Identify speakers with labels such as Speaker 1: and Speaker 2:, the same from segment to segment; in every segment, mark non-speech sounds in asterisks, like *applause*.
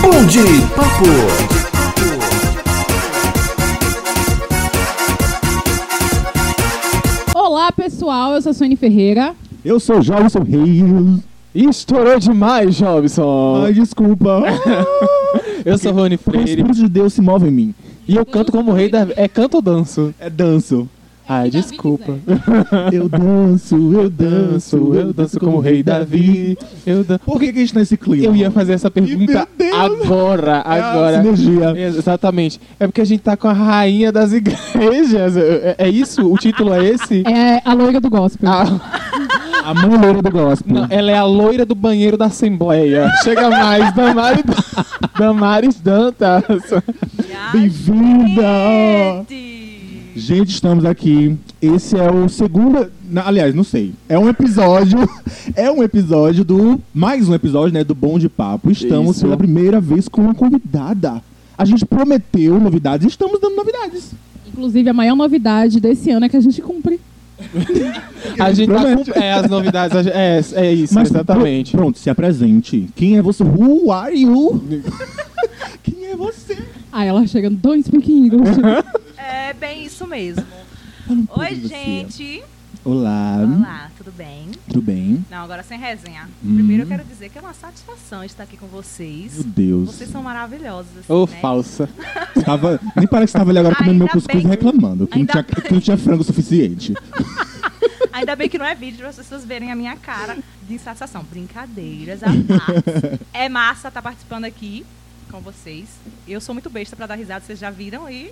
Speaker 1: Grande Papo.
Speaker 2: Olá, pessoal. Eu sou a Sônia Ferreira.
Speaker 3: Eu sou Jobson Reis.
Speaker 4: Estourou demais, Jobson.
Speaker 3: Ai, desculpa.
Speaker 4: eu sou Rony
Speaker 3: Porque o
Speaker 4: Freire
Speaker 3: Espírito de Deus se move em
Speaker 4: *laughs*
Speaker 3: mim.
Speaker 4: e eu canto como rei da. É canto ou danço?
Speaker 3: É danço.
Speaker 4: Ai, desculpa.
Speaker 3: Eu danço, eu danço, eu danço como o rei Davi.
Speaker 4: Eu, dan...
Speaker 3: Por que, que a gente tá nesse clima?
Speaker 4: eu ia fazer essa pergunta
Speaker 3: meu Deus.
Speaker 4: agora,
Speaker 3: É a
Speaker 4: agora.
Speaker 3: sinergia.
Speaker 4: Ex- Exatamente. É porque a gente tá com a rainha das *laughs* igrejas. É, é isso? O título é esse?
Speaker 2: É a loira do gospel.
Speaker 4: Ah,
Speaker 3: A mão loira do gospel.
Speaker 4: não, ela é a loira do banheiro da Assembleia. Chega mais, Damares, Damares Dantas.
Speaker 3: Bem-vinda! Gente, estamos aqui. Esse é o segundo. na- Aliás, não sei. É um episódio. *laughs* É um episódio do. Mais um episódio, né? Do Bom de Papo. Estamos
Speaker 4: Isso.
Speaker 3: pela primeira vez com uma convidada. A gente prometeu novidades e estamos dando novidades.
Speaker 2: Inclusive, a maior novidade desse ano é que a gente cumpre.
Speaker 4: A gente tá
Speaker 3: Promete.
Speaker 4: com... É, as novidades. a gente- É, é isso,
Speaker 3: Mas
Speaker 4: exatamente.
Speaker 3: pro- pronto, se apresente. Quem é você? Who are you? Quem é você?
Speaker 2: Ah, ela chega no Don't Speak
Speaker 4: *laughs*
Speaker 2: English.
Speaker 5: É bem isso mesmo.
Speaker 3: pouco
Speaker 5: Oi,
Speaker 3: de você.
Speaker 5: gente.
Speaker 3: Olá.
Speaker 4: Hum?
Speaker 5: Olá, tudo bem?
Speaker 3: Tudo bem?
Speaker 5: Não, agora sem resenha. Primeiro
Speaker 4: Hum?
Speaker 5: eu quero dizer que é uma satisfação estar aqui com vocês.
Speaker 3: Meu Deus.
Speaker 5: Vocês são maravilhosos. assim,
Speaker 4: Ô,
Speaker 5: né?
Speaker 4: falsa.
Speaker 3: Tava, nem parece que tava ali agora comendo
Speaker 5: Ainda
Speaker 3: meu cuscuz e
Speaker 5: bem.
Speaker 3: reclamando. Que não,
Speaker 5: Ainda
Speaker 3: tinha, que não tinha frango suficiente.
Speaker 5: Ainda bem que não é vídeo para as pessoas verem a minha cara de insatisfação. Brincadeiras,
Speaker 4: *laughs*
Speaker 5: à parte. É massa estar participando aqui com vocês. Eu sou muito besta para dar risada, vocês já viram e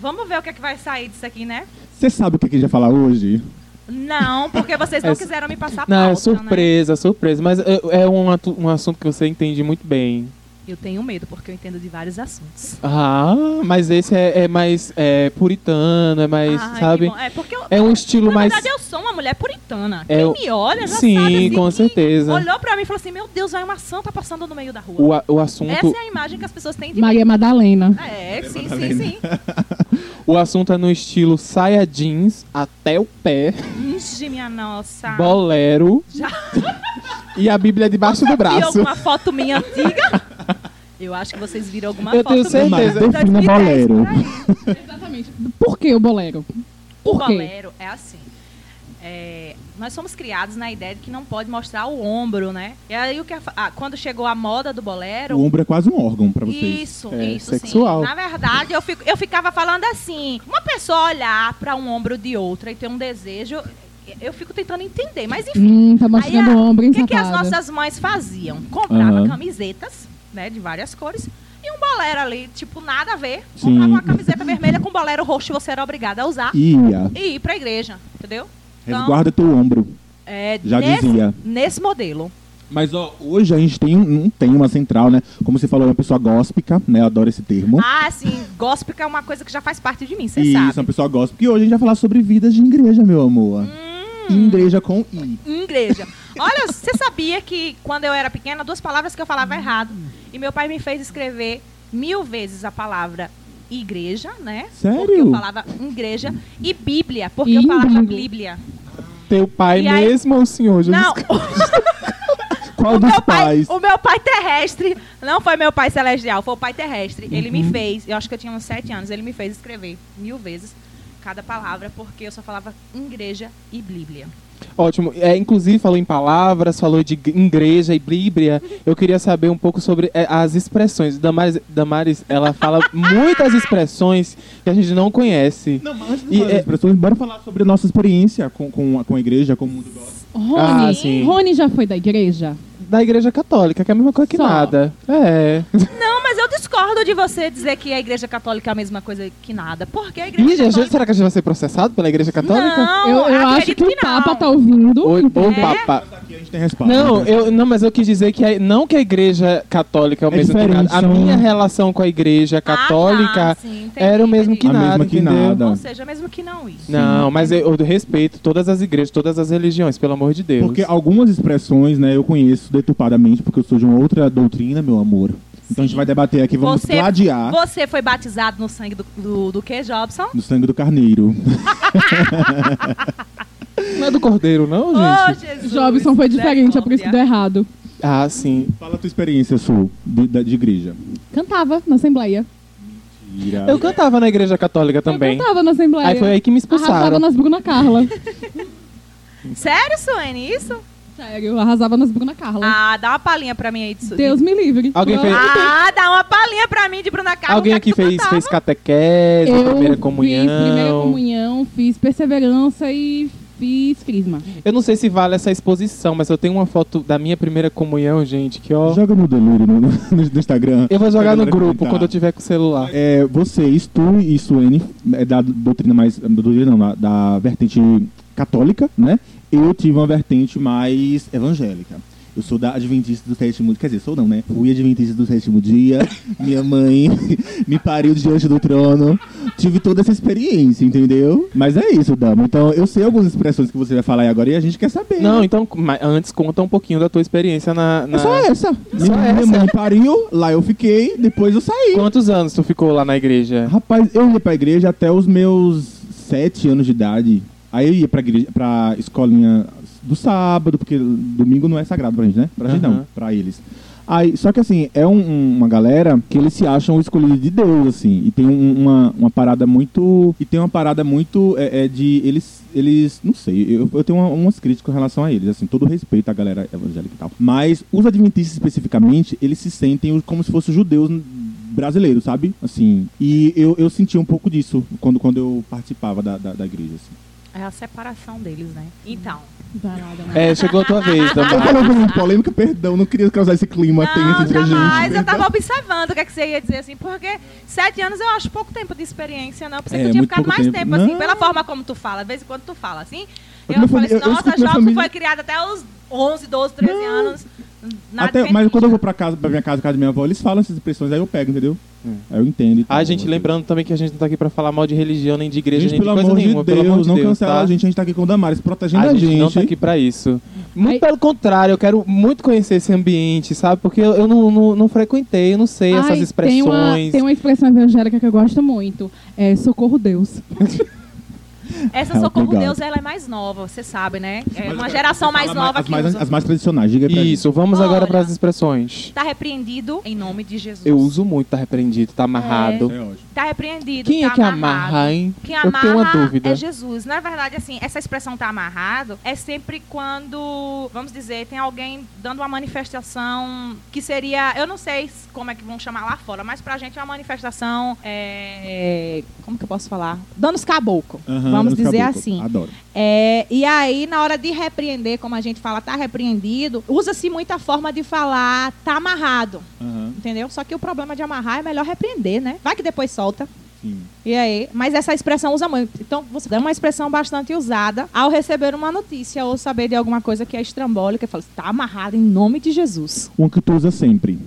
Speaker 5: vamos ver o que é que vai sair disso aqui, né?
Speaker 3: Você sabe o que a gente ia falar hoje?
Speaker 5: Não, porque vocês não
Speaker 4: É su-
Speaker 5: quiseram me passar
Speaker 4: Não, é
Speaker 5: pauta, né?
Speaker 4: surpresa, surpresa. Mas é, é um, atu- um assunto que você entende muito bem.
Speaker 5: Eu tenho medo porque eu entendo de vários assuntos.
Speaker 4: Ah, mas esse é, é mais é, puritano, é mais,
Speaker 5: Ai, que
Speaker 4: sabe?
Speaker 5: bom. É porque eu,
Speaker 4: É um estilo
Speaker 5: na
Speaker 4: mais.
Speaker 5: verdade, eu sou uma mulher puritana.
Speaker 4: É,
Speaker 5: Quem
Speaker 4: eu-
Speaker 5: me olha já
Speaker 4: Sim,
Speaker 5: sabe. assim,
Speaker 4: com
Speaker 5: que
Speaker 4: certeza.
Speaker 5: Olhou pra mim e falou assim: Meu Deus, vai uma santa passando no meio da rua.
Speaker 4: O, a- o assunto,
Speaker 5: Essa é a imagem que as pessoas têm de mim.
Speaker 2: Maria Madalena.
Speaker 5: É, sim, sim,
Speaker 3: Madalena.
Speaker 5: sim.
Speaker 4: o assunto é no estilo saia jeans até o pé,
Speaker 5: Ixi, minha nossa.
Speaker 4: bolero
Speaker 5: Ah.
Speaker 4: *laughs*
Speaker 5: Já
Speaker 4: e a Bíblia debaixo do
Speaker 5: viu
Speaker 4: braço.
Speaker 5: alguma foto minha antiga?
Speaker 4: *laughs*
Speaker 5: Eu acho que vocês viram alguma
Speaker 4: Eu
Speaker 5: foto
Speaker 4: tenho
Speaker 5: minha
Speaker 3: Mas
Speaker 4: certeza.
Speaker 5: de
Speaker 3: defina
Speaker 5: 2010
Speaker 3: bolero.
Speaker 5: por aí.
Speaker 2: Exatamente. Por que o bolero?
Speaker 5: O
Speaker 2: Por quê?
Speaker 5: bolero é assim. é, nós somos criados na ideia de que não pode mostrar o ombro, né? E aí o que a fa- ah, quando chegou a moda do bolero,
Speaker 3: O ombro é quase um órgão pra vocês.
Speaker 5: Isso,
Speaker 4: É,
Speaker 5: isso
Speaker 4: sexual.
Speaker 5: sim. Na verdade, eu, fico- eu ficava falando assim: uma pessoa olhar para um ombro de outra e ter um desejo, eu fico tentando entender. Mas enfim,
Speaker 2: Hum, tá mostrando
Speaker 5: Aí,
Speaker 2: o ombro, hein,
Speaker 5: o que, que as
Speaker 2: safada?
Speaker 5: nossas mães faziam? Compravam
Speaker 3: Aham.
Speaker 5: camisetas, né, de várias cores, e um bolero ali, tipo, nada a ver.
Speaker 3: Sim.
Speaker 5: Comprava uma camiseta vermelha com um bolero roxo, você era obrigada a usar
Speaker 3: Ia.
Speaker 5: e ir pra igreja, entendeu?
Speaker 3: Resguarda teu ombro.
Speaker 5: é,
Speaker 3: Já
Speaker 5: nesse,
Speaker 3: dizia.
Speaker 5: nesse modelo.
Speaker 3: Mas ó, hoje a gente tem um, um tema central, né? Como você falou, é uma pessoa góspica, né? Eu adoro esse termo.
Speaker 5: Ah, sim, gospel é uma coisa que já faz parte de mim, você
Speaker 3: Isso,
Speaker 5: sabe.
Speaker 3: uma pessoa góspica. E hoje a gente vai falar sobre vidas de igreja, meu amor.
Speaker 5: Hum.
Speaker 3: Igreja com I.
Speaker 5: em igreja. Olha, você sabia que quando eu era pequena, duas palavras que eu falava errado. E meu pai me fez escrever mil vezes a palavra igreja, né?
Speaker 3: Sério?
Speaker 5: Porque eu falava igreja. E Bíblia, porque eu
Speaker 2: Ih,
Speaker 5: falava
Speaker 2: Bíblia.
Speaker 5: Bíblia.
Speaker 4: Teu pai
Speaker 5: E aí-
Speaker 4: mesmo ou o senhor Jesus?
Speaker 5: Não,
Speaker 3: Qual
Speaker 5: o
Speaker 3: dos
Speaker 5: meu, pai,
Speaker 3: pais?
Speaker 5: o meu pai terrestre, não foi meu pai celestial, foi o pai terrestre. Ele me fez, eu acho que eu tinha uns sete anos, ele me fez escrever mil vezes cada palavra, porque eu só falava igreja e Bíblia.
Speaker 4: Ótimo. É, inclusive, falou em palavras, falou de ig- igreja e bíblia. Eu queria saber um pouco sobre é, as expressões. Damares, Damares, ela *laughs* fala muitas expressões que a gente não conhece.
Speaker 3: Não, mas antes
Speaker 4: E
Speaker 3: de falar
Speaker 4: é-
Speaker 3: das pessoas, bora falar sobre a nossa experiência com, com, a, com a igreja, com o mundo gospel.
Speaker 4: Ah,
Speaker 2: Rony,
Speaker 4: sim.
Speaker 2: Rony já foi da igreja?
Speaker 4: Da igreja católica, que é a mesma coisa que
Speaker 2: Só.
Speaker 4: nada. *laughs* É.
Speaker 5: Não, mas eu discordo de você dizer que a igreja católica é a mesma coisa que nada. Porque a igreja
Speaker 4: Ih, gente,
Speaker 5: católica...
Speaker 4: será que a gente vai ser processado pela igreja católica?
Speaker 5: Não,
Speaker 2: eu eu acho
Speaker 5: acredito
Speaker 2: que o
Speaker 5: não.
Speaker 2: Papa tá ouvindo.
Speaker 4: Oi, ô,
Speaker 5: É?
Speaker 4: papa.
Speaker 3: Aqui a gente tem respaldo.
Speaker 4: Não,
Speaker 3: né?
Speaker 4: eu, não, mas eu quis dizer que a- não que a igreja católica é o
Speaker 3: É
Speaker 4: mesmo que
Speaker 3: diferente,
Speaker 4: nada. A
Speaker 3: são-
Speaker 4: minha relação com a igreja católica
Speaker 5: Ah, tá, sim, entendi,
Speaker 4: era o mesmo que
Speaker 5: entendi.
Speaker 3: A mesma
Speaker 4: nada,
Speaker 3: que
Speaker 4: entendeu?
Speaker 3: nada.
Speaker 5: Ou seja, mesmo que não isso.
Speaker 4: Não, mas eu, eu respeito todas as igrejas, todas as religiões, pelo amor de Deus.
Speaker 3: Porque algumas expressões, né, eu conheço deturpadamente, porque eu sou de uma outra doutrina, meu amor. Então a gente vai debater aqui, vamos
Speaker 5: Você-
Speaker 3: gladiar
Speaker 5: Você foi batizado no sangue do, do, do que, Jobson?
Speaker 3: no sangue do carneiro.
Speaker 4: Não é do cordeiro, não, gente?
Speaker 5: Jesus!
Speaker 2: Jobson foi diferente, é por isso que deu
Speaker 5: misericórdia.
Speaker 2: errado.
Speaker 4: Ah, sim.
Speaker 3: Fala a tua experiência, Su, de, da- de igreja.
Speaker 2: Cantava na Assembleia.
Speaker 3: Tira.
Speaker 4: Eu cantava na igreja católica também.
Speaker 2: Eu cantava na Assembleia.
Speaker 4: Aí foi aí que me
Speaker 2: Arrasava
Speaker 4: expulsaram.
Speaker 2: nas Bruna Carla. *laughs*
Speaker 5: Sério, Suene, isso?
Speaker 2: Sério, arrasava nas Bruna Carla.
Speaker 5: Ah, dá uma palhinha pra mim aí disso.
Speaker 2: Deus me livre.
Speaker 4: Alguém
Speaker 2: Eu-
Speaker 4: fez-
Speaker 5: Ah, dá uma palhinha pra mim de Bruna Carla.
Speaker 4: Alguém
Speaker 5: o que é que
Speaker 4: aqui
Speaker 5: tu
Speaker 4: fez,
Speaker 5: cantava?
Speaker 4: fez catequese,
Speaker 2: Eu
Speaker 4: primeira
Speaker 2: fiz
Speaker 4: comunhão.
Speaker 2: primeira comunhão, fiz perseverança e fiz crisma.
Speaker 4: Eu não sei se vale essa exposição, mas eu tenho uma foto da minha primeira comunhão, gente, que ó.
Speaker 3: Joga no delírio no, no- no Instagram.
Speaker 4: Eu vou jogar no
Speaker 3: Pra galera
Speaker 4: grupo
Speaker 3: comentar.
Speaker 4: quando eu tiver com o celular.
Speaker 3: É, vocês, tu e Suene, é da doutrina mais. Da doutrina não, da, da vertente católica, né? Eu tive uma vertente mais evangélica. Eu sou da Adventista do Sétimo Quer dizer, sou não, né? Fui Adventista do Sétimo Dia. *laughs* Minha mãe *laughs* me pariu diante do trono. Tive toda essa experiência, entendeu? Mas é isso, Dama. Então, eu sei algumas expressões que você vai falar aí agora e a gente quer saber.
Speaker 4: Não, então, mas antes conta um pouquinho da tua experiência na. na-
Speaker 3: É só essa. minha, minha
Speaker 4: essa.
Speaker 3: mãe pariu, lá eu fiquei, depois eu saí.
Speaker 4: Quantos anos tu ficou lá na igreja?
Speaker 3: Rapaz, eu ia pra igreja até os meus sete anos de idade. Aí eu ia pra, igreja, pra escolinha do sábado, porque domingo não é sagrado pra gente, né? Pra gente
Speaker 4: Aham.
Speaker 3: não, pra eles. Aí, só que assim, é um- um- uma galera que eles se acham escolhidos de Deus, assim. E tem um- uma, uma parada muito. E tem uma parada muito é, é, de. Eles. Eles. Não sei, eu, eu tenho uma- umas críticas em relação a eles, assim, todo respeito à galera evangélica e tal. Mas os adventistas especificamente, eles se sentem como se fossem judeus brasileiros, sabe? Assim. E eu, eu senti um pouco disso quando, quando eu participava da, da, da igreja, assim.
Speaker 5: É a separação deles, né? Então.
Speaker 2: Danada, né?
Speaker 4: É, chegou a tua vez,
Speaker 3: Eu
Speaker 4: Damara.
Speaker 3: falei uma coisa polêmica, perdão, não queria causar esse clima tenso
Speaker 5: Ah, não,
Speaker 3: entre a
Speaker 5: jamais.
Speaker 3: gente.
Speaker 5: Eu tava observando o que, é que você ia dizer, assim, porque sete anos eu acho pouco tempo de experiência, não. Pensei
Speaker 3: É,
Speaker 5: que eu tinha
Speaker 3: muito
Speaker 5: ficado
Speaker 3: pouco
Speaker 5: mais tempo,
Speaker 3: tempo.
Speaker 5: assim,
Speaker 3: Não.
Speaker 5: pela forma como tu fala. De vez em quando tu fala, assim. Eu,
Speaker 3: minha
Speaker 5: falei
Speaker 3: família-
Speaker 5: assim,
Speaker 3: eu
Speaker 5: nossa,
Speaker 3: escuto minha
Speaker 5: Jobson
Speaker 3: família-
Speaker 5: foi criado até os 11, 12, 13 anos. Na
Speaker 3: Até, mas quando eu vou pra casa, pra minha casa, casa da minha avó, eles falam essas expressões, aí eu pego, entendeu? Aí eu entendo. e
Speaker 4: Ah,
Speaker 3: tal,
Speaker 4: gente,
Speaker 3: assim.
Speaker 4: lembrando também que a gente não tá aqui pra falar mal de religião, nem de igreja,
Speaker 3: Gente,
Speaker 4: nem de
Speaker 3: pelo
Speaker 4: coisa
Speaker 3: amor de
Speaker 4: nenhuma.
Speaker 3: Deus,
Speaker 4: pelo amor de
Speaker 3: não
Speaker 4: Deus,
Speaker 3: cancela
Speaker 4: tá?
Speaker 3: a gente, a gente tá aqui com o Damares, protegendo
Speaker 4: A gente, não tá
Speaker 3: hein?
Speaker 4: aqui pra isso. Muito
Speaker 2: Aí-
Speaker 4: pelo contrário, eu quero muito conhecer esse ambiente, sabe? Porque eu, eu não, não, não frequentei, eu não sei
Speaker 2: Ai,
Speaker 4: essas
Speaker 2: Tem uma,
Speaker 4: expressões.
Speaker 5: um-
Speaker 2: tem uma expressão evangélica que eu gosto muito. É socorro Deus.
Speaker 5: Essa
Speaker 3: Ah,
Speaker 5: Socorro
Speaker 3: legal.
Speaker 5: Deus, ela é mais nova, você sabe, né? É
Speaker 3: Mas
Speaker 5: uma
Speaker 3: eu-
Speaker 5: geração
Speaker 3: eu
Speaker 5: mais
Speaker 3: falo
Speaker 5: nova
Speaker 3: as
Speaker 5: que
Speaker 3: mais,
Speaker 5: usa.
Speaker 3: as mais tradicionais, diga aí pra
Speaker 4: Isso, vamos agora
Speaker 5: Olha.
Speaker 4: para as expressões.
Speaker 5: Tá repreendido em nome de Jesus.
Speaker 4: Eu uso muito, tá repreendido, tá amarrado.
Speaker 3: gente. É ótimo.
Speaker 5: Tá repreendido.
Speaker 4: Quem
Speaker 5: tá
Speaker 4: é que
Speaker 5: amarrado.
Speaker 4: amarra, hein?
Speaker 5: Quem
Speaker 4: eu
Speaker 5: amarra
Speaker 4: tenho uma dúvida.
Speaker 5: é Jesus. Na verdade, assim, essa expressão tá amarrado é sempre quando, vamos dizer, tem alguém dando uma manifestação que seria, eu não sei s- como é que vão chamar lá fora, mas pra gente é uma manifestação, é, como que eu posso falar? Danos caboclo,
Speaker 3: Aham,
Speaker 5: vamos
Speaker 3: no
Speaker 5: dizer
Speaker 3: caboclo.
Speaker 5: assim.
Speaker 4: Ah.
Speaker 3: Adoro.
Speaker 5: É, e aí, na hora de repreender, como a gente fala, tá repreendido, usa-se muita forma de falar, tá amarrado,
Speaker 3: Aham,
Speaker 5: entendeu? Só que o problema de amarrar é melhor repreender, né? Vai que depois solta.
Speaker 3: sim.
Speaker 5: E aí? Mas essa expressão usa muito. Então, você é uma expressão bastante usada ao receber uma notícia ou saber de alguma coisa que é estrambólica. Fala assim, tá amarrado em nome de Jesus.
Speaker 3: Uma Um que tu usa sempre,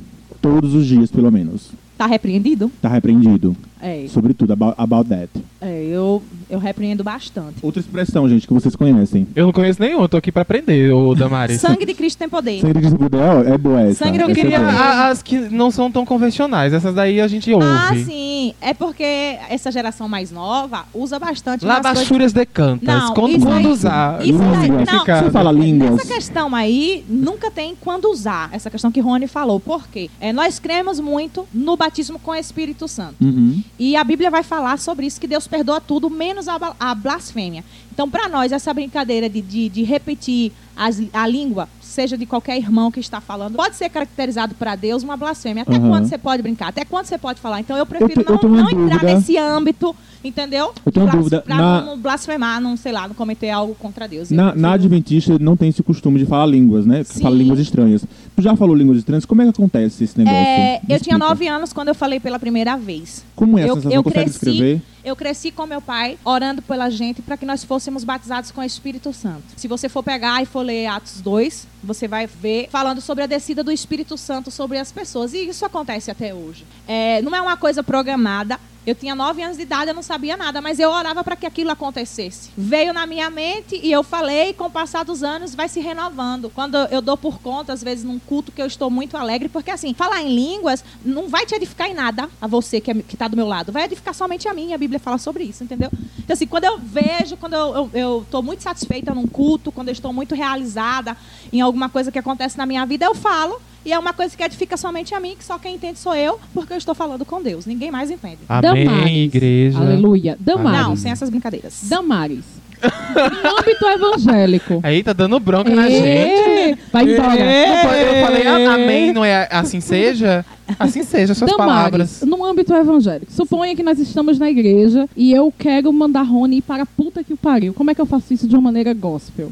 Speaker 3: todos os dias, pelo menos.
Speaker 5: Tá repreendido?
Speaker 3: Tá repreendido.
Speaker 5: É,
Speaker 3: Sobretudo, about, about that.
Speaker 5: é, eu, eu repreendo bastante.
Speaker 3: Outra expressão, gente, que vocês conhecem.
Speaker 4: Eu não conheço nenhum, eu tô aqui pra aprender, ô Damaris. *laughs*
Speaker 5: Sangue de Cristo tem poder.
Speaker 3: Sangue de Zebudel é boa essa.
Speaker 5: Sangue eu
Speaker 3: Essa é
Speaker 5: queria-
Speaker 3: boa.
Speaker 5: a-
Speaker 4: as que não são tão convencionais, essas daí a gente
Speaker 5: Ah, sim. É porque essa geração mais nova usa bastante. nas coisas-
Speaker 4: de cantas,
Speaker 5: Não, quando- isso quando aí-
Speaker 4: usar.
Speaker 5: isso aí-
Speaker 3: Línguas.
Speaker 5: não.
Speaker 3: Você fala línguas.
Speaker 5: Essa questão aí nunca tem quando usar. Essa questão que Rony falou. Por quê? É, nós cremos muito no batismo com o Espírito Santo.
Speaker 3: Uhum.
Speaker 5: E a Bíblia vai falar sobre isso, que Deus perdoa tudo, menos a, ba- a blasfêmia. Então, para nós, essa brincadeira de, de, de repetir as- a língua, seja de qualquer irmão que está falando, pode ser caracterizado para Deus uma blasfêmia. Até
Speaker 3: Aham.
Speaker 5: quando você pode brincar? Até quando você pode falar? Então, eu prefiro
Speaker 3: te- Uhum. eu tenho
Speaker 5: não,
Speaker 3: uma
Speaker 5: não entrar
Speaker 3: dúvida.
Speaker 5: nesse âmbito, entendeu?
Speaker 3: Eu tenho uma
Speaker 5: Pra-
Speaker 3: dúvida.
Speaker 5: Pra
Speaker 3: Na-
Speaker 5: não blasfemar, não sei lá, não cometer algo contra Deus. Eu
Speaker 3: Na,
Speaker 5: prefiro-
Speaker 3: na Adventista não tem esse costume de falar línguas, né?
Speaker 5: Sim.
Speaker 3: Fala línguas estranhas. Tu já falou línguas estranhas? Como é que acontece esse negócio?
Speaker 5: É,
Speaker 3: Me
Speaker 5: eu
Speaker 3: explica.
Speaker 5: tinha nove anos quando eu falei pela primeira vez.
Speaker 3: Como é a
Speaker 5: eu-
Speaker 3: sensação?
Speaker 5: eu
Speaker 3: Consegue
Speaker 5: cresci-
Speaker 3: escrever?
Speaker 5: Eu cresci com meu pai orando pela gente para que nós fôssemos batizados com o Espírito Santo. Se você for pegar e for ler Atos 2, você vai ver falando sobre a descida do Espírito Santo sobre as pessoas. E isso acontece até hoje. É, não é uma coisa programada. Eu tinha nove anos de idade, eu não sabia nada, mas eu orava para que aquilo acontecesse. Veio na minha mente e eu falei, com o passar dos anos vai se renovando. Quando eu dou por conta, às vezes num culto que eu estou muito alegre, porque assim, falar em línguas não vai te edificar em nada a você que, é, que tá do meu lado, vai edificar somente a mim, a Bíblia fala sobre isso, entendeu? Então assim, quando eu vejo, quando eu, eu, eu tô muito satisfeita num culto, quando eu estou muito realizada em alguma coisa que acontece na minha vida, eu falo. E é uma coisa que edifica somente a mim, que só quem entende sou eu, porque eu estou falando com Deus. Ninguém mais entende.
Speaker 1: Amém,
Speaker 2: Damares.
Speaker 1: igreja.
Speaker 2: Aleluia. Damares.
Speaker 5: Não, sem essas brincadeiras.
Speaker 4: *laughs*
Speaker 2: Damares. No âmbito evangélico.
Speaker 1: Aí tá dando bronca
Speaker 4: É
Speaker 5: É.
Speaker 1: na gente.
Speaker 2: Ê, Vai
Speaker 1: É.
Speaker 2: embora.
Speaker 1: Eu falei- Eu falei, "Ah, amém, não é assim seja? Assim seja, suas palavras.
Speaker 2: no âmbito evangélico. Suponha que nós estamos na igreja e eu quero mandar Rony ir para a puta que o pariu. Como é que eu faço isso de uma maneira gospel?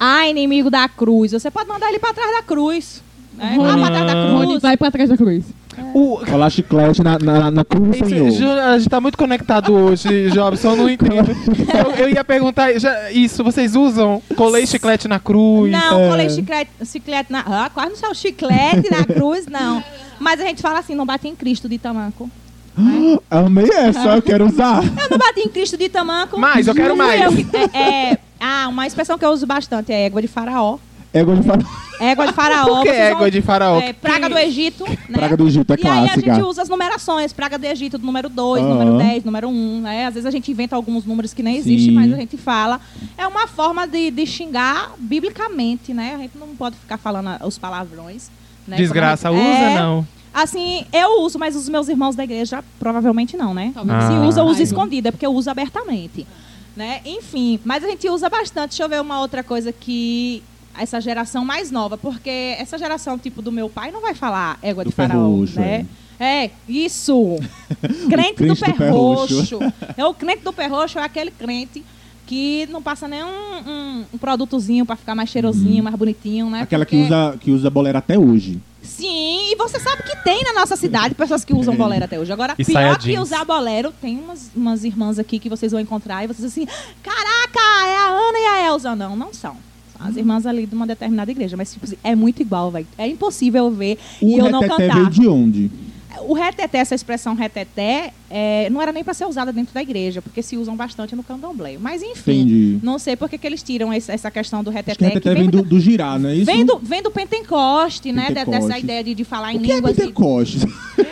Speaker 5: Ah, inimigo da cruz. Você pode mandar ele pra trás da cruz. Né? Vá pra trás da
Speaker 2: Rony
Speaker 5: cruz.
Speaker 2: vai para trás da cruz.
Speaker 1: O-
Speaker 3: Colar chiclete na, na, na cruz, senhor.
Speaker 4: é
Speaker 1: Isso, Ju- a gente tá muito conectado
Speaker 5: *laughs*
Speaker 1: hoje, Jobson, eu não entendo. Eu, eu ia perguntar, já- isso, vocês usam colei chiclete na cruz?
Speaker 5: Não,
Speaker 1: É.
Speaker 5: colei chiclete, chiclete na. Ah, quase não saiu
Speaker 1: *laughs*
Speaker 5: chiclete na cruz, não. Mas a gente fala assim: não bate em Cristo de tamanco.
Speaker 3: Amei essa, eu quero usar.
Speaker 5: Eu não bati em Cristo de tamanco.
Speaker 1: Mais, eu quero
Speaker 5: Fui
Speaker 1: mais.
Speaker 5: eu que- é, é- ah, uma expressão que eu uso bastante é égua de faraó.
Speaker 3: Égua de faraó.
Speaker 5: Égua de faraó.
Speaker 1: Por que
Speaker 5: vocês vão-
Speaker 1: égua de faraó?
Speaker 5: É, praga do Egito, *laughs* né?
Speaker 3: Praga do Egito, é
Speaker 5: e aí a
Speaker 3: clássica.
Speaker 5: gente usa as numerações, praga do Egito, do número 2,
Speaker 3: Aham.
Speaker 5: número 10, número 1, né? Às vezes a gente inventa alguns números que nem existem,
Speaker 3: Sim.
Speaker 5: mas a gente fala. É uma forma de, de xingar biblicamente, né? A gente não pode ficar falando a- os palavrões. Né?
Speaker 1: Desgraça,
Speaker 5: Quando
Speaker 1: usa
Speaker 5: a gente- É,
Speaker 1: não?
Speaker 5: Assim, eu uso, mas os meus irmãos da igreja provavelmente não, né?
Speaker 2: Talvez.
Speaker 5: Se usa, usa
Speaker 2: Ah.
Speaker 5: escondida, porque eu uso abertamente. Né? Enfim, mas a gente usa bastante. Deixa eu ver uma outra coisa que essa geração mais nova, porque essa geração tipo do meu pai não vai falar égua
Speaker 3: Do
Speaker 5: de faraó,
Speaker 3: ferroxo,
Speaker 5: né? É,
Speaker 3: *laughs*
Speaker 5: isso. crente do
Speaker 3: crente do pé
Speaker 5: pé
Speaker 3: roxo.
Speaker 5: roxo. É o crente do pé roxo é aquele crente que não passa nem um, um- um produtozinho pra ficar mais cheirosinho, mais bonitinho, né?
Speaker 3: Uhum. Aquela que
Speaker 5: Porque-
Speaker 3: usa, que usa bolera até hoje.
Speaker 5: Sim, e você sabe que tem na nossa cidade pessoas que usam bolero até
Speaker 3: *laughs*
Speaker 5: hoje. Agora,
Speaker 1: E saia
Speaker 5: pior que
Speaker 1: jeans.
Speaker 5: usar bolero, tem umas, umas irmãs aqui que vocês vão encontrar e vocês assim, caraca, é a Ana e a Elza. Não, não são. São As irmãs ali de uma determinada igreja, mas tipo, assim, é muito igual, velho. É impossível eu ver e
Speaker 3: O
Speaker 5: eu não
Speaker 3: reteté
Speaker 5: cantar.
Speaker 3: veio de onde?
Speaker 5: O reteté, essa expressão reteté, é, não era nem pra ser usada dentro da igreja, porque se usam bastante no candomblé. Mas enfim,
Speaker 3: Entendi.
Speaker 5: não sei por que que eles tiram esse- essa questão do reteté.
Speaker 3: Acho que reteté vem do, do girar, não é isso?
Speaker 5: Vem do, vem do Pentecoste, né? de-
Speaker 3: Pentecoste.
Speaker 5: Dessa ideia de, de falar em
Speaker 3: O que é
Speaker 5: línguas. e- *laughs*
Speaker 3: Pentecoste?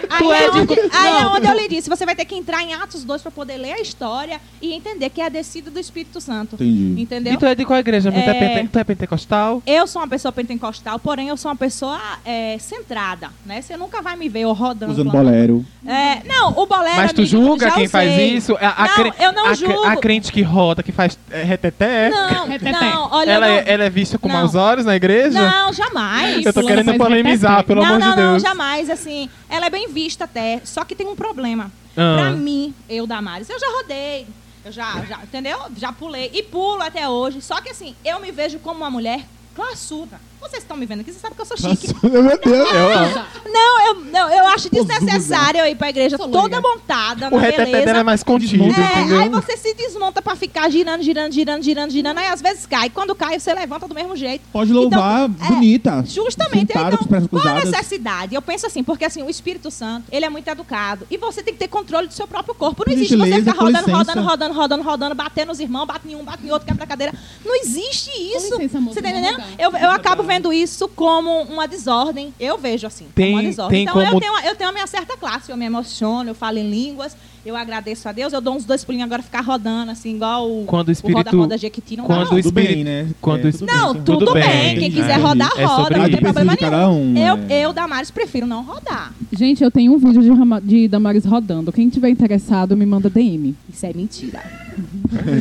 Speaker 5: Aí, é onde, aí é onde eu lhe disse, você vai ter que entrar em Atos 2 para poder ler a história e entender que é a descida do Espírito Santo.
Speaker 3: Entendi. Então
Speaker 5: Entendeu?
Speaker 1: E tu é de qual igreja? amigo? Tu, é...
Speaker 5: É.
Speaker 1: pente- tu é pentecostal?
Speaker 5: Eu sou uma pessoa pentecostal, porém eu sou uma pessoa é, centrada, né? Você nunca vai me ver eu rodando.
Speaker 3: Usando
Speaker 5: plantando.
Speaker 3: bolero.
Speaker 5: É, não, o bolero.
Speaker 1: Mas tu
Speaker 5: amigo,
Speaker 1: julga
Speaker 5: já
Speaker 1: quem
Speaker 5: eu
Speaker 1: faz
Speaker 5: sei.
Speaker 1: isso? É, A, a
Speaker 5: Não,
Speaker 1: cre-
Speaker 5: eu não
Speaker 1: a, cre-
Speaker 5: julgo.
Speaker 1: a crente que roda, que faz é, reteté, *laughs*
Speaker 5: Não, não, olha.
Speaker 1: ela,
Speaker 5: eu
Speaker 1: é, ela é vista com
Speaker 5: Não.
Speaker 1: maus olhos na igreja?
Speaker 5: não, não, jamais.
Speaker 1: Eu tô
Speaker 2: Ela
Speaker 1: querendo
Speaker 2: faz
Speaker 1: polemizar,
Speaker 2: reteté.
Speaker 1: pelo
Speaker 5: não,
Speaker 1: amor
Speaker 5: não,
Speaker 1: de Deus.
Speaker 5: não, jamais. Assim, ela é bem vista até, só que tem um problema.
Speaker 1: Ah.
Speaker 5: Pra mim, eu, Damares, eu já rodei. Eu já, já, entendeu? Já pulei. E pulo até hoje. Só que assim, eu me vejo como uma mulher classuda. Vocês estão me vendo aqui, vocês sabem que eu sou chique. Então,
Speaker 3: Meu Deus. é,
Speaker 5: Não, eu, não, eu acho desnecessário eu ir pra igreja
Speaker 2: Sou
Speaker 5: toda
Speaker 2: loira.
Speaker 5: montada,
Speaker 1: O
Speaker 5: na
Speaker 1: reteté
Speaker 5: beleza.
Speaker 1: dela é mais contido,
Speaker 5: É,
Speaker 1: entendeu?
Speaker 5: aí você se desmonta pra ficar girando, girando, girando, girando, girando. Aí às vezes cai. Quando cai, você levanta do mesmo jeito.
Speaker 3: Pode louvar,
Speaker 5: Então, é,
Speaker 3: bonita.
Speaker 5: Justamente,
Speaker 3: Sentada, com os
Speaker 5: então,
Speaker 3: pés
Speaker 5: qual a
Speaker 3: cruzados.
Speaker 5: necessidade? Eu penso assim, porque assim, o Espírito Santo, ele é muito educado. E você tem que ter controle do seu próprio corpo.
Speaker 3: Por
Speaker 5: Não existe você
Speaker 3: gentileza,
Speaker 5: ficar rodando,
Speaker 3: com licença.
Speaker 5: rodando, rodando, rodando, rodando, batendo nos irmãos, bate em um, bate em outro, quebra a cadeira. Não existe isso.
Speaker 2: licença, moço,
Speaker 5: você tá
Speaker 2: vamos
Speaker 5: entendendo?
Speaker 2: mudar.
Speaker 5: Eu, eu acabo vendo isso como uma desordem. Eu vejo assim,
Speaker 1: Tem-
Speaker 5: como uma desordem.
Speaker 1: tem
Speaker 5: então
Speaker 1: como-
Speaker 5: eu, tenho, eu tenho a minha certa classe. Eu me emociono, eu falo em línguas, eu agradeço a Deus, eu dou uns dois pulinhos agora, ficar rodando, assim, igual o
Speaker 1: Quando o espírito-
Speaker 5: roda-roda Jequiti. Não dá,
Speaker 1: quando
Speaker 5: não.
Speaker 1: o
Speaker 3: Tudo
Speaker 1: espírito-
Speaker 3: bem, né?
Speaker 1: quando
Speaker 3: É,
Speaker 1: o
Speaker 3: tudo
Speaker 1: espírito-
Speaker 3: bem.
Speaker 5: Não,
Speaker 1: Tudo
Speaker 5: tudo, bem.
Speaker 1: bem,
Speaker 5: Quem
Speaker 3: entendi.
Speaker 5: quiser rodar,
Speaker 1: É
Speaker 5: roda.
Speaker 1: sobre
Speaker 5: Não tem
Speaker 1: isso.
Speaker 5: problema
Speaker 3: Depende de cada
Speaker 5: nenhum.
Speaker 3: um,
Speaker 5: eu,
Speaker 3: é.
Speaker 5: eu, Damares, prefiro não rodar.
Speaker 2: Gente, eu tenho um vídeo de, Rama- de Damares rodando. Quem tiver interessado, me manda DM.
Speaker 5: Isso é mentira.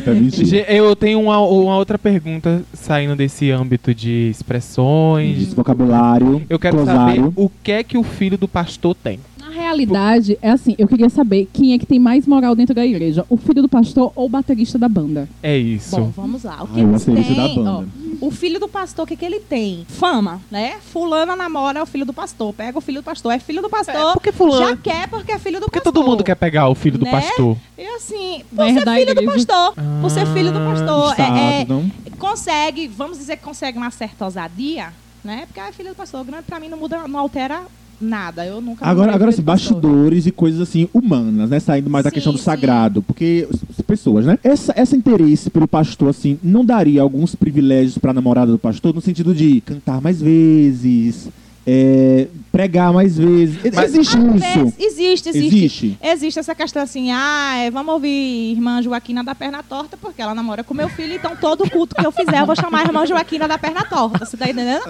Speaker 3: Tá mentindo.
Speaker 1: Ge- Eu tenho uma, uma outra pergunta saindo desse âmbito de expressões.
Speaker 3: Esse vocabulário.
Speaker 1: Eu quero
Speaker 3: glosário.
Speaker 1: saber o que é que o filho do pastor tem.
Speaker 2: Na realidade, é assim, eu queria saber quem é que tem mais moral dentro da igreja, o filho do pastor ou o baterista da banda?
Speaker 1: É isso.
Speaker 5: Bom, vamos lá. O que
Speaker 3: Ah, eu
Speaker 5: eles
Speaker 3: gostei desse
Speaker 5: têm?
Speaker 3: da banda.
Speaker 5: ó, o filho do pastor, o que, que ele tem? Fama, né? Fulana namora o filho do pastor. Pega o filho do pastor. É filho do pastor.
Speaker 1: É, porque fulano-
Speaker 5: Já quer porque é filho do
Speaker 1: Porque
Speaker 5: pastor.
Speaker 1: todo mundo quer pegar o filho do
Speaker 5: Né?
Speaker 1: pastor.
Speaker 5: E assim, por
Speaker 2: Vai
Speaker 5: ser
Speaker 2: herdar a
Speaker 5: filho do
Speaker 2: igreja.
Speaker 5: pastor.
Speaker 3: Ah,
Speaker 5: Por ser filho do pastor.
Speaker 3: Estado,
Speaker 5: É- é,
Speaker 3: não?
Speaker 5: ah, consegue, vamos dizer que consegue uma certa ousadia, né? Porque é filha do pastor. Grande pra mim não muda, não altera Nada, eu nunca.
Speaker 3: Agora,
Speaker 5: namorei
Speaker 3: agora assim,
Speaker 5: com pessoa.
Speaker 3: bastidores e coisas assim humanas, né? Saindo mais da
Speaker 5: Sim,
Speaker 3: questão do
Speaker 5: sim.
Speaker 3: sagrado, porque as pessoas, né? Essa, essa interesse pelo pastor, assim, não daria alguns privilégios pra namorada do pastor no sentido de cantar mais vezes, é, pregar mais vezes. E-
Speaker 1: Mas-
Speaker 3: existe isso?
Speaker 5: Mas Existe, existe. Existe.
Speaker 3: Existe.
Speaker 5: essa questão assim, ah, é, vamos ouvir irmã Joaquina da perna torta, porque ela namora com meu filho, então todo culto que eu fizer eu vou chamar a irmã Joaquina da perna torta. Você tá entendendo?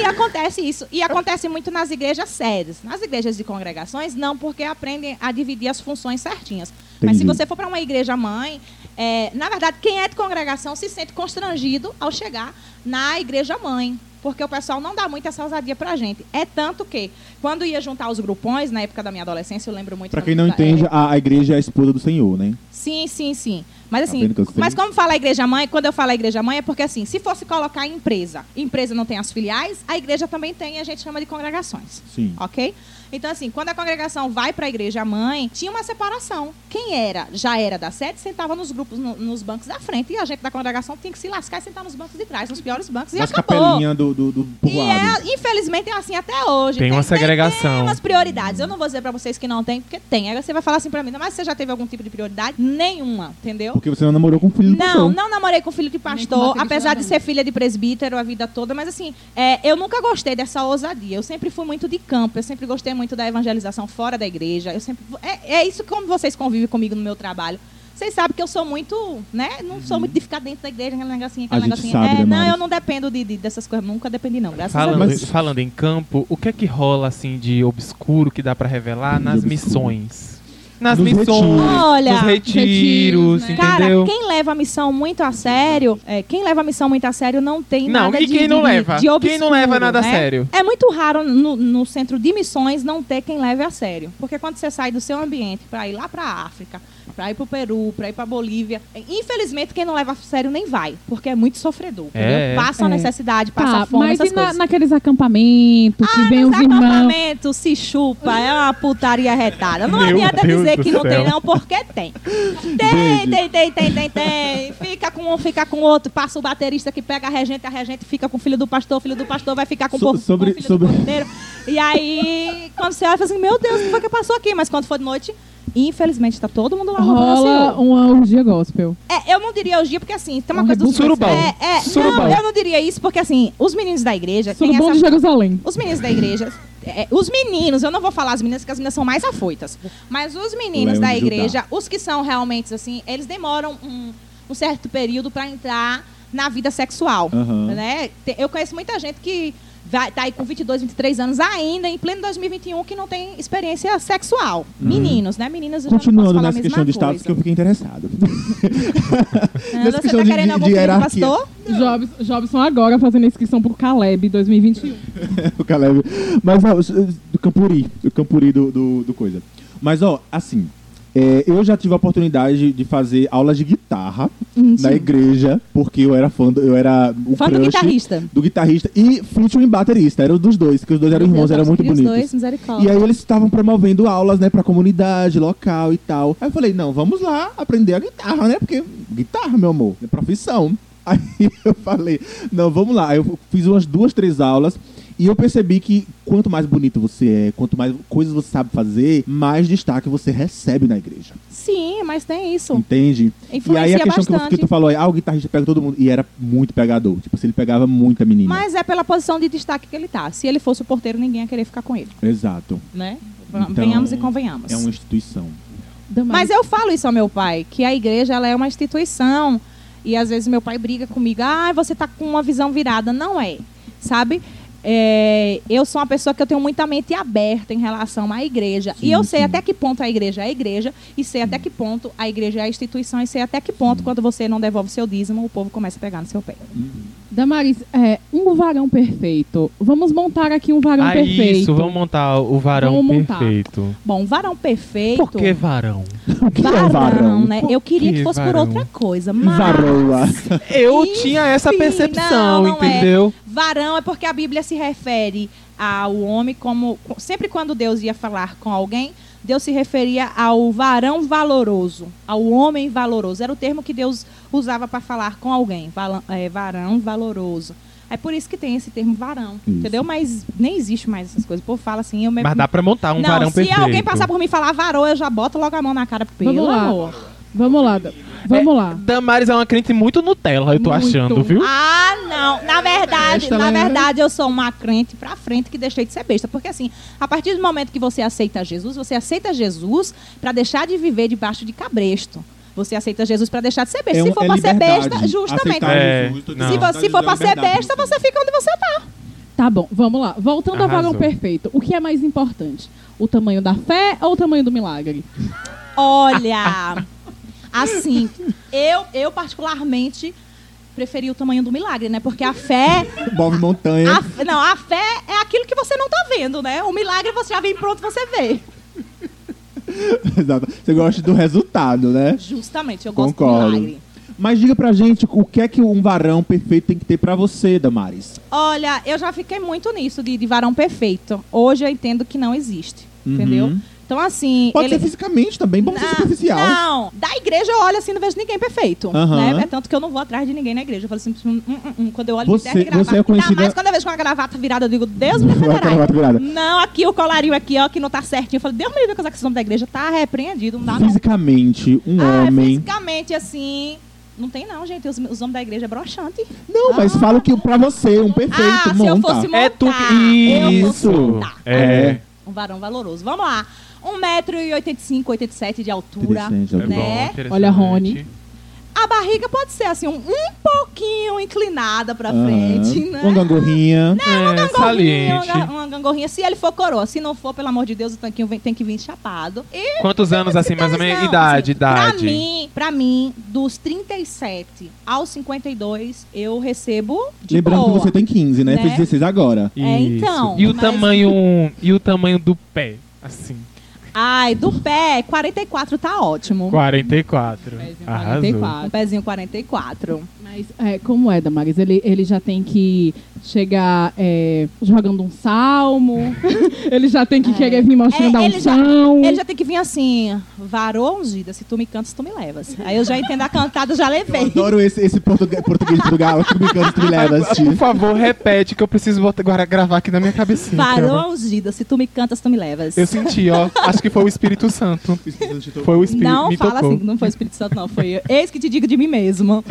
Speaker 5: E acontece isso. E acontece muito nas igrejas sérias. Nas igrejas de congregações, não, porque aprendem a dividir as funções certinhas. Mas se
Speaker 3: Entendi.
Speaker 5: você for para uma igreja mãe, é, na verdade, quem é de congregação se sente constrangido ao chegar na igreja mãe. Porque o pessoal não dá muito essa ousadia pra gente. É tanto que, quando ia juntar os grupões, na época da minha adolescência, eu lembro muito.
Speaker 3: Pra
Speaker 5: da-
Speaker 3: quem não
Speaker 5: da-
Speaker 3: entende, a, a igreja é a esposa do Senhor, né?
Speaker 5: Sim, sim, sim. Mas assim,
Speaker 3: Tá vendo que eu sei?
Speaker 5: mas como fala a igreja mãe, quando eu falo a igreja mãe é porque assim, se fosse colocar em empresa, empresa não tem as filiais, a igreja também tem, e a gente chama de congregações,
Speaker 3: Sim.
Speaker 5: ok? Então assim, quando a congregação vai para a igreja mãe, tinha uma separação. Quem era, já era da sede, sentava nos grupos, no- nos bancos da frente, e a gente da congregação tinha que se lascar e sentar nos bancos de trás, nos piores bancos, e
Speaker 3: Das
Speaker 5: acabou.
Speaker 3: capelinhas do, do, do
Speaker 5: E
Speaker 3: povoado.
Speaker 5: é, infelizmente é assim até hoje.
Speaker 1: Tem uma segregação.
Speaker 5: Tem umas prioridades. Eu não vou dizer pra vocês que não tem, porque tem. Aí você vai falar assim pra mim, mas você já teve algum tipo de prioridade? Nenhuma, entendeu?
Speaker 3: Porque você não namorou com o filho então. do
Speaker 5: Não,
Speaker 3: pastor.
Speaker 5: não namorei com filho de
Speaker 2: Nem com
Speaker 5: pastor,
Speaker 2: bateria
Speaker 5: apesar de
Speaker 2: não.
Speaker 5: ser filha de presbítero a vida toda, mas assim, é, eu nunca gostei dessa ousadia. Eu sempre fui muito de campo, eu sempre gostei muito da evangelização fora da igreja. Eu sempre é, é isso como vocês convivem comigo no meu trabalho. Vocês sabem que eu sou muito, né? Não sou muito de ficar dentro da igreja, aquele negocinho, aquele
Speaker 3: A gente
Speaker 5: negocinho.
Speaker 3: sabe,
Speaker 5: é, não,
Speaker 3: Damares.
Speaker 5: eu não dependo de, de- dessas coisas, nunca dependi não, graças a
Speaker 1: Falando,
Speaker 5: Deus.
Speaker 3: Mas-
Speaker 1: falando em campo, o que é que rola assim de obscuro que dá pra revelar
Speaker 3: De
Speaker 1: nas
Speaker 3: obscuro.
Speaker 1: missões? Nas
Speaker 3: Nos
Speaker 1: missões,
Speaker 3: retiros.
Speaker 5: Olha,
Speaker 1: nos retiros,
Speaker 2: retiros, né?
Speaker 5: Cara,
Speaker 1: entendeu?
Speaker 5: quem leva a missão muito a sério, é, quem leva a missão muito a sério não tem
Speaker 1: Não,
Speaker 5: nada
Speaker 1: e
Speaker 5: de
Speaker 1: quem não
Speaker 5: de-
Speaker 1: leva?
Speaker 5: de obscuro,
Speaker 1: Quem não leva nada
Speaker 5: né?
Speaker 1: a sério?
Speaker 5: É muito raro no, no centro de missões não ter quem leve a sério, porque quando você sai do seu ambiente pra ir lá pra África, pra ir pro Peru, pra ir pra Bolívia, é, infelizmente quem não leva a sério nem vai, porque é muito sofredor, entendeu?
Speaker 1: É, é.
Speaker 5: Passa
Speaker 2: É.
Speaker 5: necessidade, passa
Speaker 2: Tá,
Speaker 5: fome,
Speaker 2: mas
Speaker 5: essas
Speaker 2: e na-
Speaker 5: coisas. Ah,
Speaker 2: naqueles acampamentos que vem os irmãos?
Speaker 5: Acampamento se chupa, é uma putaria retada. Não
Speaker 1: Meu
Speaker 5: adianta
Speaker 1: Deus
Speaker 5: dizer
Speaker 1: do
Speaker 5: que não tem,
Speaker 1: céu.
Speaker 5: não, porque tem. Tem, tem, tem, tem, tem, tem. Fica com um, fica com outro. Passa o baterista que pega a regente, a regente fica com o filho do pastor, o filho do pastor vai ficar com o
Speaker 3: So-
Speaker 5: povo.
Speaker 3: sobre-
Speaker 5: com o filho
Speaker 3: sobre-
Speaker 5: do porteiro. E aí, quando você olha, fala assim: Meu Deus, o que foi que passou aqui? Mas quando for de noite. Infelizmente, tá todo mundo lá roubando o
Speaker 2: Rola
Speaker 5: senhor.
Speaker 2: uma orgia gospel.
Speaker 5: É, eu não diria hoje, porque assim, tem uma
Speaker 2: Um
Speaker 5: coisa do
Speaker 1: surubão. Um
Speaker 5: É, é,
Speaker 1: Surubão.
Speaker 5: Não, eu não diria isso, porque assim, os meninos da igreja. têm
Speaker 2: Surubão
Speaker 5: essa
Speaker 2: de Jerusalém.
Speaker 5: os meninos da igreja. é, os meninos, eu não vou falar as meninas, porque as meninas são mais afoitas. Mas os meninos
Speaker 3: Leão
Speaker 5: da
Speaker 3: de
Speaker 5: igreja, os que são realmente assim, eles demoram um, um certo período pra entrar na vida sexual.
Speaker 3: Aham.
Speaker 5: Né? Te- Eu conheço muita gente que vai, tá aí com 22, 23 anos ainda, em pleno 2021, que não tem experiência sexual. Meninos, né? Meninas eu já não posso
Speaker 3: Uhum. Continuando
Speaker 5: falar a
Speaker 3: nessa questão
Speaker 5: mesma
Speaker 3: de status,
Speaker 5: coisa.
Speaker 3: que eu fiquei interessado. *laughs* né,
Speaker 5: Ah,
Speaker 3: nessa
Speaker 5: Você
Speaker 3: questão
Speaker 5: tá
Speaker 3: de-
Speaker 5: querendo
Speaker 3: de-
Speaker 5: algum
Speaker 3: de
Speaker 5: filho do
Speaker 3: hierarquia.
Speaker 5: pastor?
Speaker 2: Jobs, Jobson agora fazendo a inscrição pro Caleb 2021.
Speaker 3: o Caleb. Mas, ó, do Campuri. Do Campuri do, do, do coisa. Mas, ó, assim. é, eu já tive a oportunidade de- de fazer aulas de guitarra na igreja, porque eu era fã do, eu era o
Speaker 5: Hum, Fã do
Speaker 3: crush
Speaker 5: guitarrista.
Speaker 3: do guitarrista e featuring baterista, era um dos dois, que os dois eram irmãos, era muito
Speaker 5: Queria os
Speaker 3: bonito.
Speaker 5: dois, misericórdia.
Speaker 3: E aí eles estavam promovendo aulas, né, pra comunidade, local e tal. Aí eu falei, não, vamos lá aprender a guitarra, né? Porque guitarra, meu amor, é profissão. *laughs* Aí eu falei, não, vamos lá. Aí eu fiz umas duas, três aulas. E eu percebi que quanto mais bonito você é, quanto mais coisas você sabe fazer, mais destaque você recebe na igreja.
Speaker 5: Sim, mas tem isso.
Speaker 3: Entende? e aí
Speaker 5: Influencia
Speaker 3: a questão que, você, que
Speaker 5: bastante.
Speaker 3: tu falou é, ah, o guitarrista pega todo mundo. E era muito pegador. Tipo, se ele pegava muita menina.
Speaker 5: Mas é pela posição de destaque que ele tá. Se ele fosse o porteiro, ninguém ia querer ficar com ele,
Speaker 3: Exato.
Speaker 5: né?
Speaker 3: Então,
Speaker 5: Venhamos e convenhamos.
Speaker 3: É uma instituição.
Speaker 2: um.
Speaker 5: Mas eu falo isso ao meu pai, que a igreja ela é uma instituição. E às vezes meu pai briga comigo, ah, você tá com uma visão virada. Não é, sabe? É, eu sou uma pessoa que eu tenho muita mente aberta em relação à igreja.
Speaker 3: Sim,
Speaker 5: e eu sei
Speaker 3: sim.
Speaker 5: até que ponto a igreja é a igreja, e sei até que ponto a igreja é a instituição, e sei até que ponto, quando você não devolve seu dízimo, o povo começa a pegar no seu pé.
Speaker 2: Damaris, é, um varão perfeito. Vamos montar aqui um varão
Speaker 1: Ah,
Speaker 2: perfeito.
Speaker 1: isso, vamos montar o varão
Speaker 2: Vamos montar.
Speaker 1: perfeito.
Speaker 5: Bom, varão perfeito.
Speaker 1: Por que varão?
Speaker 3: O que é
Speaker 5: Varão,
Speaker 3: varão?
Speaker 5: né? Eu queria
Speaker 1: que
Speaker 5: que fosse
Speaker 1: varão?
Speaker 5: por outra coisa, mas...
Speaker 3: Varoa.
Speaker 1: Eu
Speaker 5: Enfim,
Speaker 1: tinha essa percepção,
Speaker 5: não, não é.
Speaker 1: entendeu?
Speaker 5: Varão é porque a Bíblia se refere ao homem como... Sempre quando Deus ia falar com alguém, Deus se referia ao varão valoroso, ao homem valoroso. Era o termo que Deus usava para falar com alguém, vala- é, varão valoroso. É por isso que tem esse termo varão,
Speaker 3: Isso.
Speaker 5: entendeu? Mas nem existe mais essas coisas. O povo fala assim, eu me...
Speaker 4: Mas dá pra montar um
Speaker 5: Não,
Speaker 4: varão
Speaker 5: se
Speaker 4: perfeito.
Speaker 5: alguém passar por mim e falar varou, eu já boto logo a mão na cara. Pelo
Speaker 2: Vamos lá.
Speaker 5: amor.
Speaker 2: Vamos lá. da- Vamos lá.
Speaker 4: Damares é uma crente muito Nutella, eu tô
Speaker 2: Muito.
Speaker 4: achando, viu?
Speaker 5: Ah, não.
Speaker 3: tá
Speaker 5: Na verdade,
Speaker 4: Esta
Speaker 5: na
Speaker 4: ela é-
Speaker 5: verdade, eu sou uma crente pra frente que deixei de ser besta. Porque assim, a partir do momento que você aceita Jesus, você aceita Jesus pra deixar de viver debaixo de cabresto. Você aceita Jesus pra deixar de ser besta.
Speaker 3: É
Speaker 5: se
Speaker 3: um-
Speaker 5: for
Speaker 3: é
Speaker 5: pra ser
Speaker 3: liberdade.
Speaker 5: besta, justamente.
Speaker 3: Aceitar
Speaker 4: É,
Speaker 3: Jesus, tô
Speaker 4: não.
Speaker 5: Se,
Speaker 3: dizendo,
Speaker 5: você, se for pra
Speaker 3: liberdade,
Speaker 5: ser
Speaker 3: liberdade.
Speaker 5: besta, você fica onde você tá.
Speaker 2: Tá bom, vamos lá. Voltando ao
Speaker 4: Arrasou.
Speaker 2: varão perfeito, o que é mais importante? O tamanho da fé ou o tamanho do milagre?
Speaker 5: Olha, *laughs* assim, eu, eu particularmente preferi o tamanho do milagre, né? Porque a fé
Speaker 3: Move montanha.
Speaker 5: A f- não, a fé é aquilo que você não tá vendo, né? O milagre você já vem pronto, você vê.
Speaker 3: *laughs* Exato. Você gosta do resultado, né?
Speaker 5: Justamente, eu gosto do
Speaker 3: Concordo.
Speaker 5: milagre.
Speaker 3: Mas diga pra gente o que é que um varão perfeito tem que ter pra você, Damares.
Speaker 5: Olha, eu já fiquei muito nisso de, de varão perfeito. Hoje eu entendo que não existe,
Speaker 3: Uhum.
Speaker 5: entendeu? Então, assim...
Speaker 3: Pode
Speaker 5: ele...
Speaker 3: ser fisicamente também, bom ser
Speaker 5: Não,
Speaker 3: superficial.
Speaker 5: Não, da igreja eu olho assim, não vejo ninguém perfeito.
Speaker 3: Aham.
Speaker 5: Né? É tanto que eu não vou atrás de ninguém na igreja. Eu falo assim, hum, hum, hum. quando eu olho
Speaker 3: Você-
Speaker 5: terno e gravata.
Speaker 3: você é conhecida-
Speaker 5: Ainda mais quando eu vejo com a gravata virada, eu digo, Deus me
Speaker 3: *laughs* *laughs* Vai,
Speaker 5: defenderá.
Speaker 3: gravata virada.
Speaker 5: Não, aqui o colarinho aqui, ó, que não tá certinho. Eu falo, Deus me livre, que esse nome da igreja tá repreendido, não dá não.
Speaker 3: Fisicamente, um
Speaker 5: Ah,
Speaker 3: homem.
Speaker 5: fisicamente, assim. Não tem, não, gente. Os, os homens da igreja é broxante.
Speaker 3: Não, mas fala que pra você, um perfeito,
Speaker 5: ah, se
Speaker 3: monta.
Speaker 5: eu fosse montar,
Speaker 4: É tu que.
Speaker 5: eu fosse
Speaker 3: Isso.
Speaker 5: montar.
Speaker 4: É.
Speaker 5: Um varão valoroso. Vamos lá. 1,85m, 87 de altura.
Speaker 3: Interessante, altura.
Speaker 5: né?
Speaker 4: interessante.
Speaker 2: Olha, Rony.
Speaker 5: A barriga pode ser, assim, um, um pouquinho inclinada pra
Speaker 3: Aham.
Speaker 5: frente, né?
Speaker 3: Ah, Uma gangorrinha.
Speaker 5: um
Speaker 4: É,
Speaker 5: Gangorrinha, uma,
Speaker 4: saliente.
Speaker 5: ga- uma gangorrinha, se ele for coroa. Se não for, pelo amor de Deus, o tanquinho vem- tem que vir chapado. E
Speaker 4: Quantos anos, assim, mais ou
Speaker 5: Mas
Speaker 4: menos?
Speaker 5: não,
Speaker 4: Idade,
Speaker 5: assim, Pra
Speaker 4: idade.
Speaker 5: mim, pra mim, dos 37 aos 52, eu recebo de
Speaker 3: Lembrando
Speaker 5: boa.
Speaker 3: que você tem 15, né?
Speaker 5: Né?
Speaker 3: Fez 16
Speaker 5: *laughs*
Speaker 3: agora.
Speaker 5: É, então,
Speaker 4: E o
Speaker 5: mas- assim-
Speaker 4: tamanho. E o tamanho do pé, assim.
Speaker 5: Ai, do pé, 44 tá ótimo.
Speaker 4: 44.
Speaker 2: Pezinho
Speaker 4: Arrasou.
Speaker 2: 44.
Speaker 5: Um pezinho 44.
Speaker 2: Mas é, como é, Damaris? Ele, ele já tem que chegar é, jogando um salmo, *laughs* ele já tem que querer vir mostrando um
Speaker 4: um
Speaker 5: É,
Speaker 2: a
Speaker 5: ele já-
Speaker 2: unção.
Speaker 5: Ele já tem que vir assim, varou ungida, se tu me cantas, tu me levas. Aí eu já entendo a cantada, já
Speaker 3: Eu
Speaker 5: levei.
Speaker 3: adoro esse, esse português, português de Portugal, *laughs* que brincando que me leva a
Speaker 4: Por
Speaker 3: assistir.
Speaker 4: favor, repete que eu preciso botar, agora gravar aqui na minha cabecinha.
Speaker 5: Varou ungida, se tu me cantas, tu me levas.
Speaker 4: Eu senti, ó. Acho que foi o Espírito Santo. Foi o Espírito
Speaker 5: Não
Speaker 4: me
Speaker 5: fala
Speaker 4: tocou.
Speaker 5: assim, não foi o Espírito Santo, não. Foi eu. eis que te digo de mim mesmo.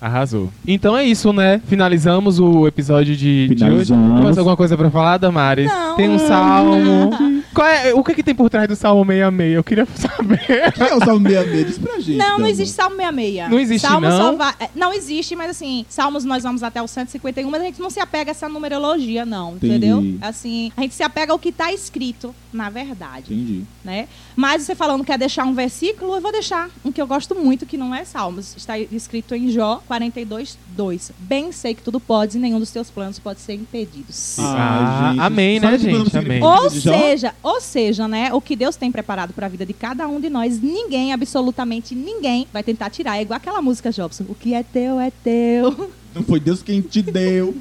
Speaker 4: Arrasou. Então é isso, né? Finalizamos o episódio de, de hoje.
Speaker 3: Finalizamos.
Speaker 4: Mais alguma coisa pra falar, Damares?
Speaker 5: Não.
Speaker 4: Tem um salmo. Qual é- o que, que tem por trás do salmo 66? Eu queria *laughs* saber.
Speaker 3: Que é o Salmo 66? Diz pra gente.
Speaker 5: Não, não
Speaker 3: Dama.
Speaker 5: existe Salmo 66.
Speaker 4: Não existe,
Speaker 5: Salmo
Speaker 4: não?
Speaker 5: Só vai... é, Não existe, mas assim, Salmos nós vamos até o 151, mas a gente não se apega a essa numerologia, não,
Speaker 3: Entendi.
Speaker 5: entendeu? Assim, a gente se apega ao que tá escrito, na verdade,
Speaker 3: Entendi.
Speaker 5: né? Mas você falando que quer deixar um versículo, eu vou deixar um que eu gosto muito, que não é Salmos. Está escrito em Jó 42, 2. Bem sei que tudo pode e nenhum dos teus planos pode ser impedidos.
Speaker 4: Ah, amém,
Speaker 3: Sabe
Speaker 4: né,
Speaker 3: que o nome
Speaker 4: gente?
Speaker 3: significa
Speaker 5: Ou
Speaker 3: de Jó?
Speaker 5: seja, ou seja, né, o que Deus tem preparado pra vida de cada um de nós, ninguém, absolutamente ninguém, vai tentar tirar. É igual aquela música, Jobson. O que é teu é teu.
Speaker 2: *laughs*
Speaker 3: Não foi Deus quem te deu.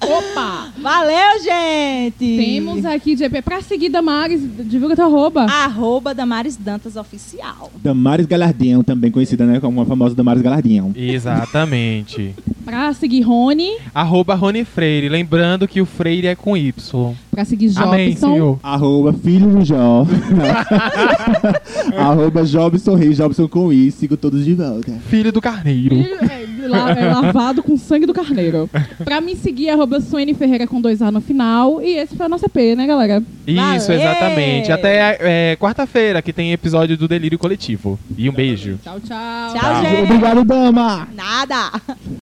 Speaker 2: Opa!
Speaker 5: Valeu, gente!
Speaker 2: Temos aqui, GP, pra seguir Damaris, divulga teu arroba.
Speaker 5: Ah. Arroba Damares Dantas Oficial.
Speaker 3: Damares Galardinho, também conhecida né, como a famosa Damares Galardinho.
Speaker 4: Exatamente.
Speaker 2: Pra seguir Rony,
Speaker 4: *laughs* Arroba Rony Freire. Lembrando que o Freire é com Y.
Speaker 2: pra seguir
Speaker 4: Amém,
Speaker 5: então.
Speaker 2: Jobson.
Speaker 4: senhor.
Speaker 3: Arroba filho do Jó. *laughs* Arroba Jobson Reis, Jobson com I. Sigo todos de volta.
Speaker 4: Filho do Carneiro.
Speaker 2: Filho, é, la- é lavado com sangue do carneiro. Pra me seguir, arroba Suene Ferreira com dois A no final. E esse foi o nosso EP, né, galera?
Speaker 4: Isso,
Speaker 5: Hum, Valeu!
Speaker 4: exatamente. Até é, quarta-feira, que tem episódio do Delírio Coletivo. E um beijo.
Speaker 2: Tchau, tchau.
Speaker 5: É. Tchau, gente.
Speaker 3: Obrigado, Dama!
Speaker 5: Nada!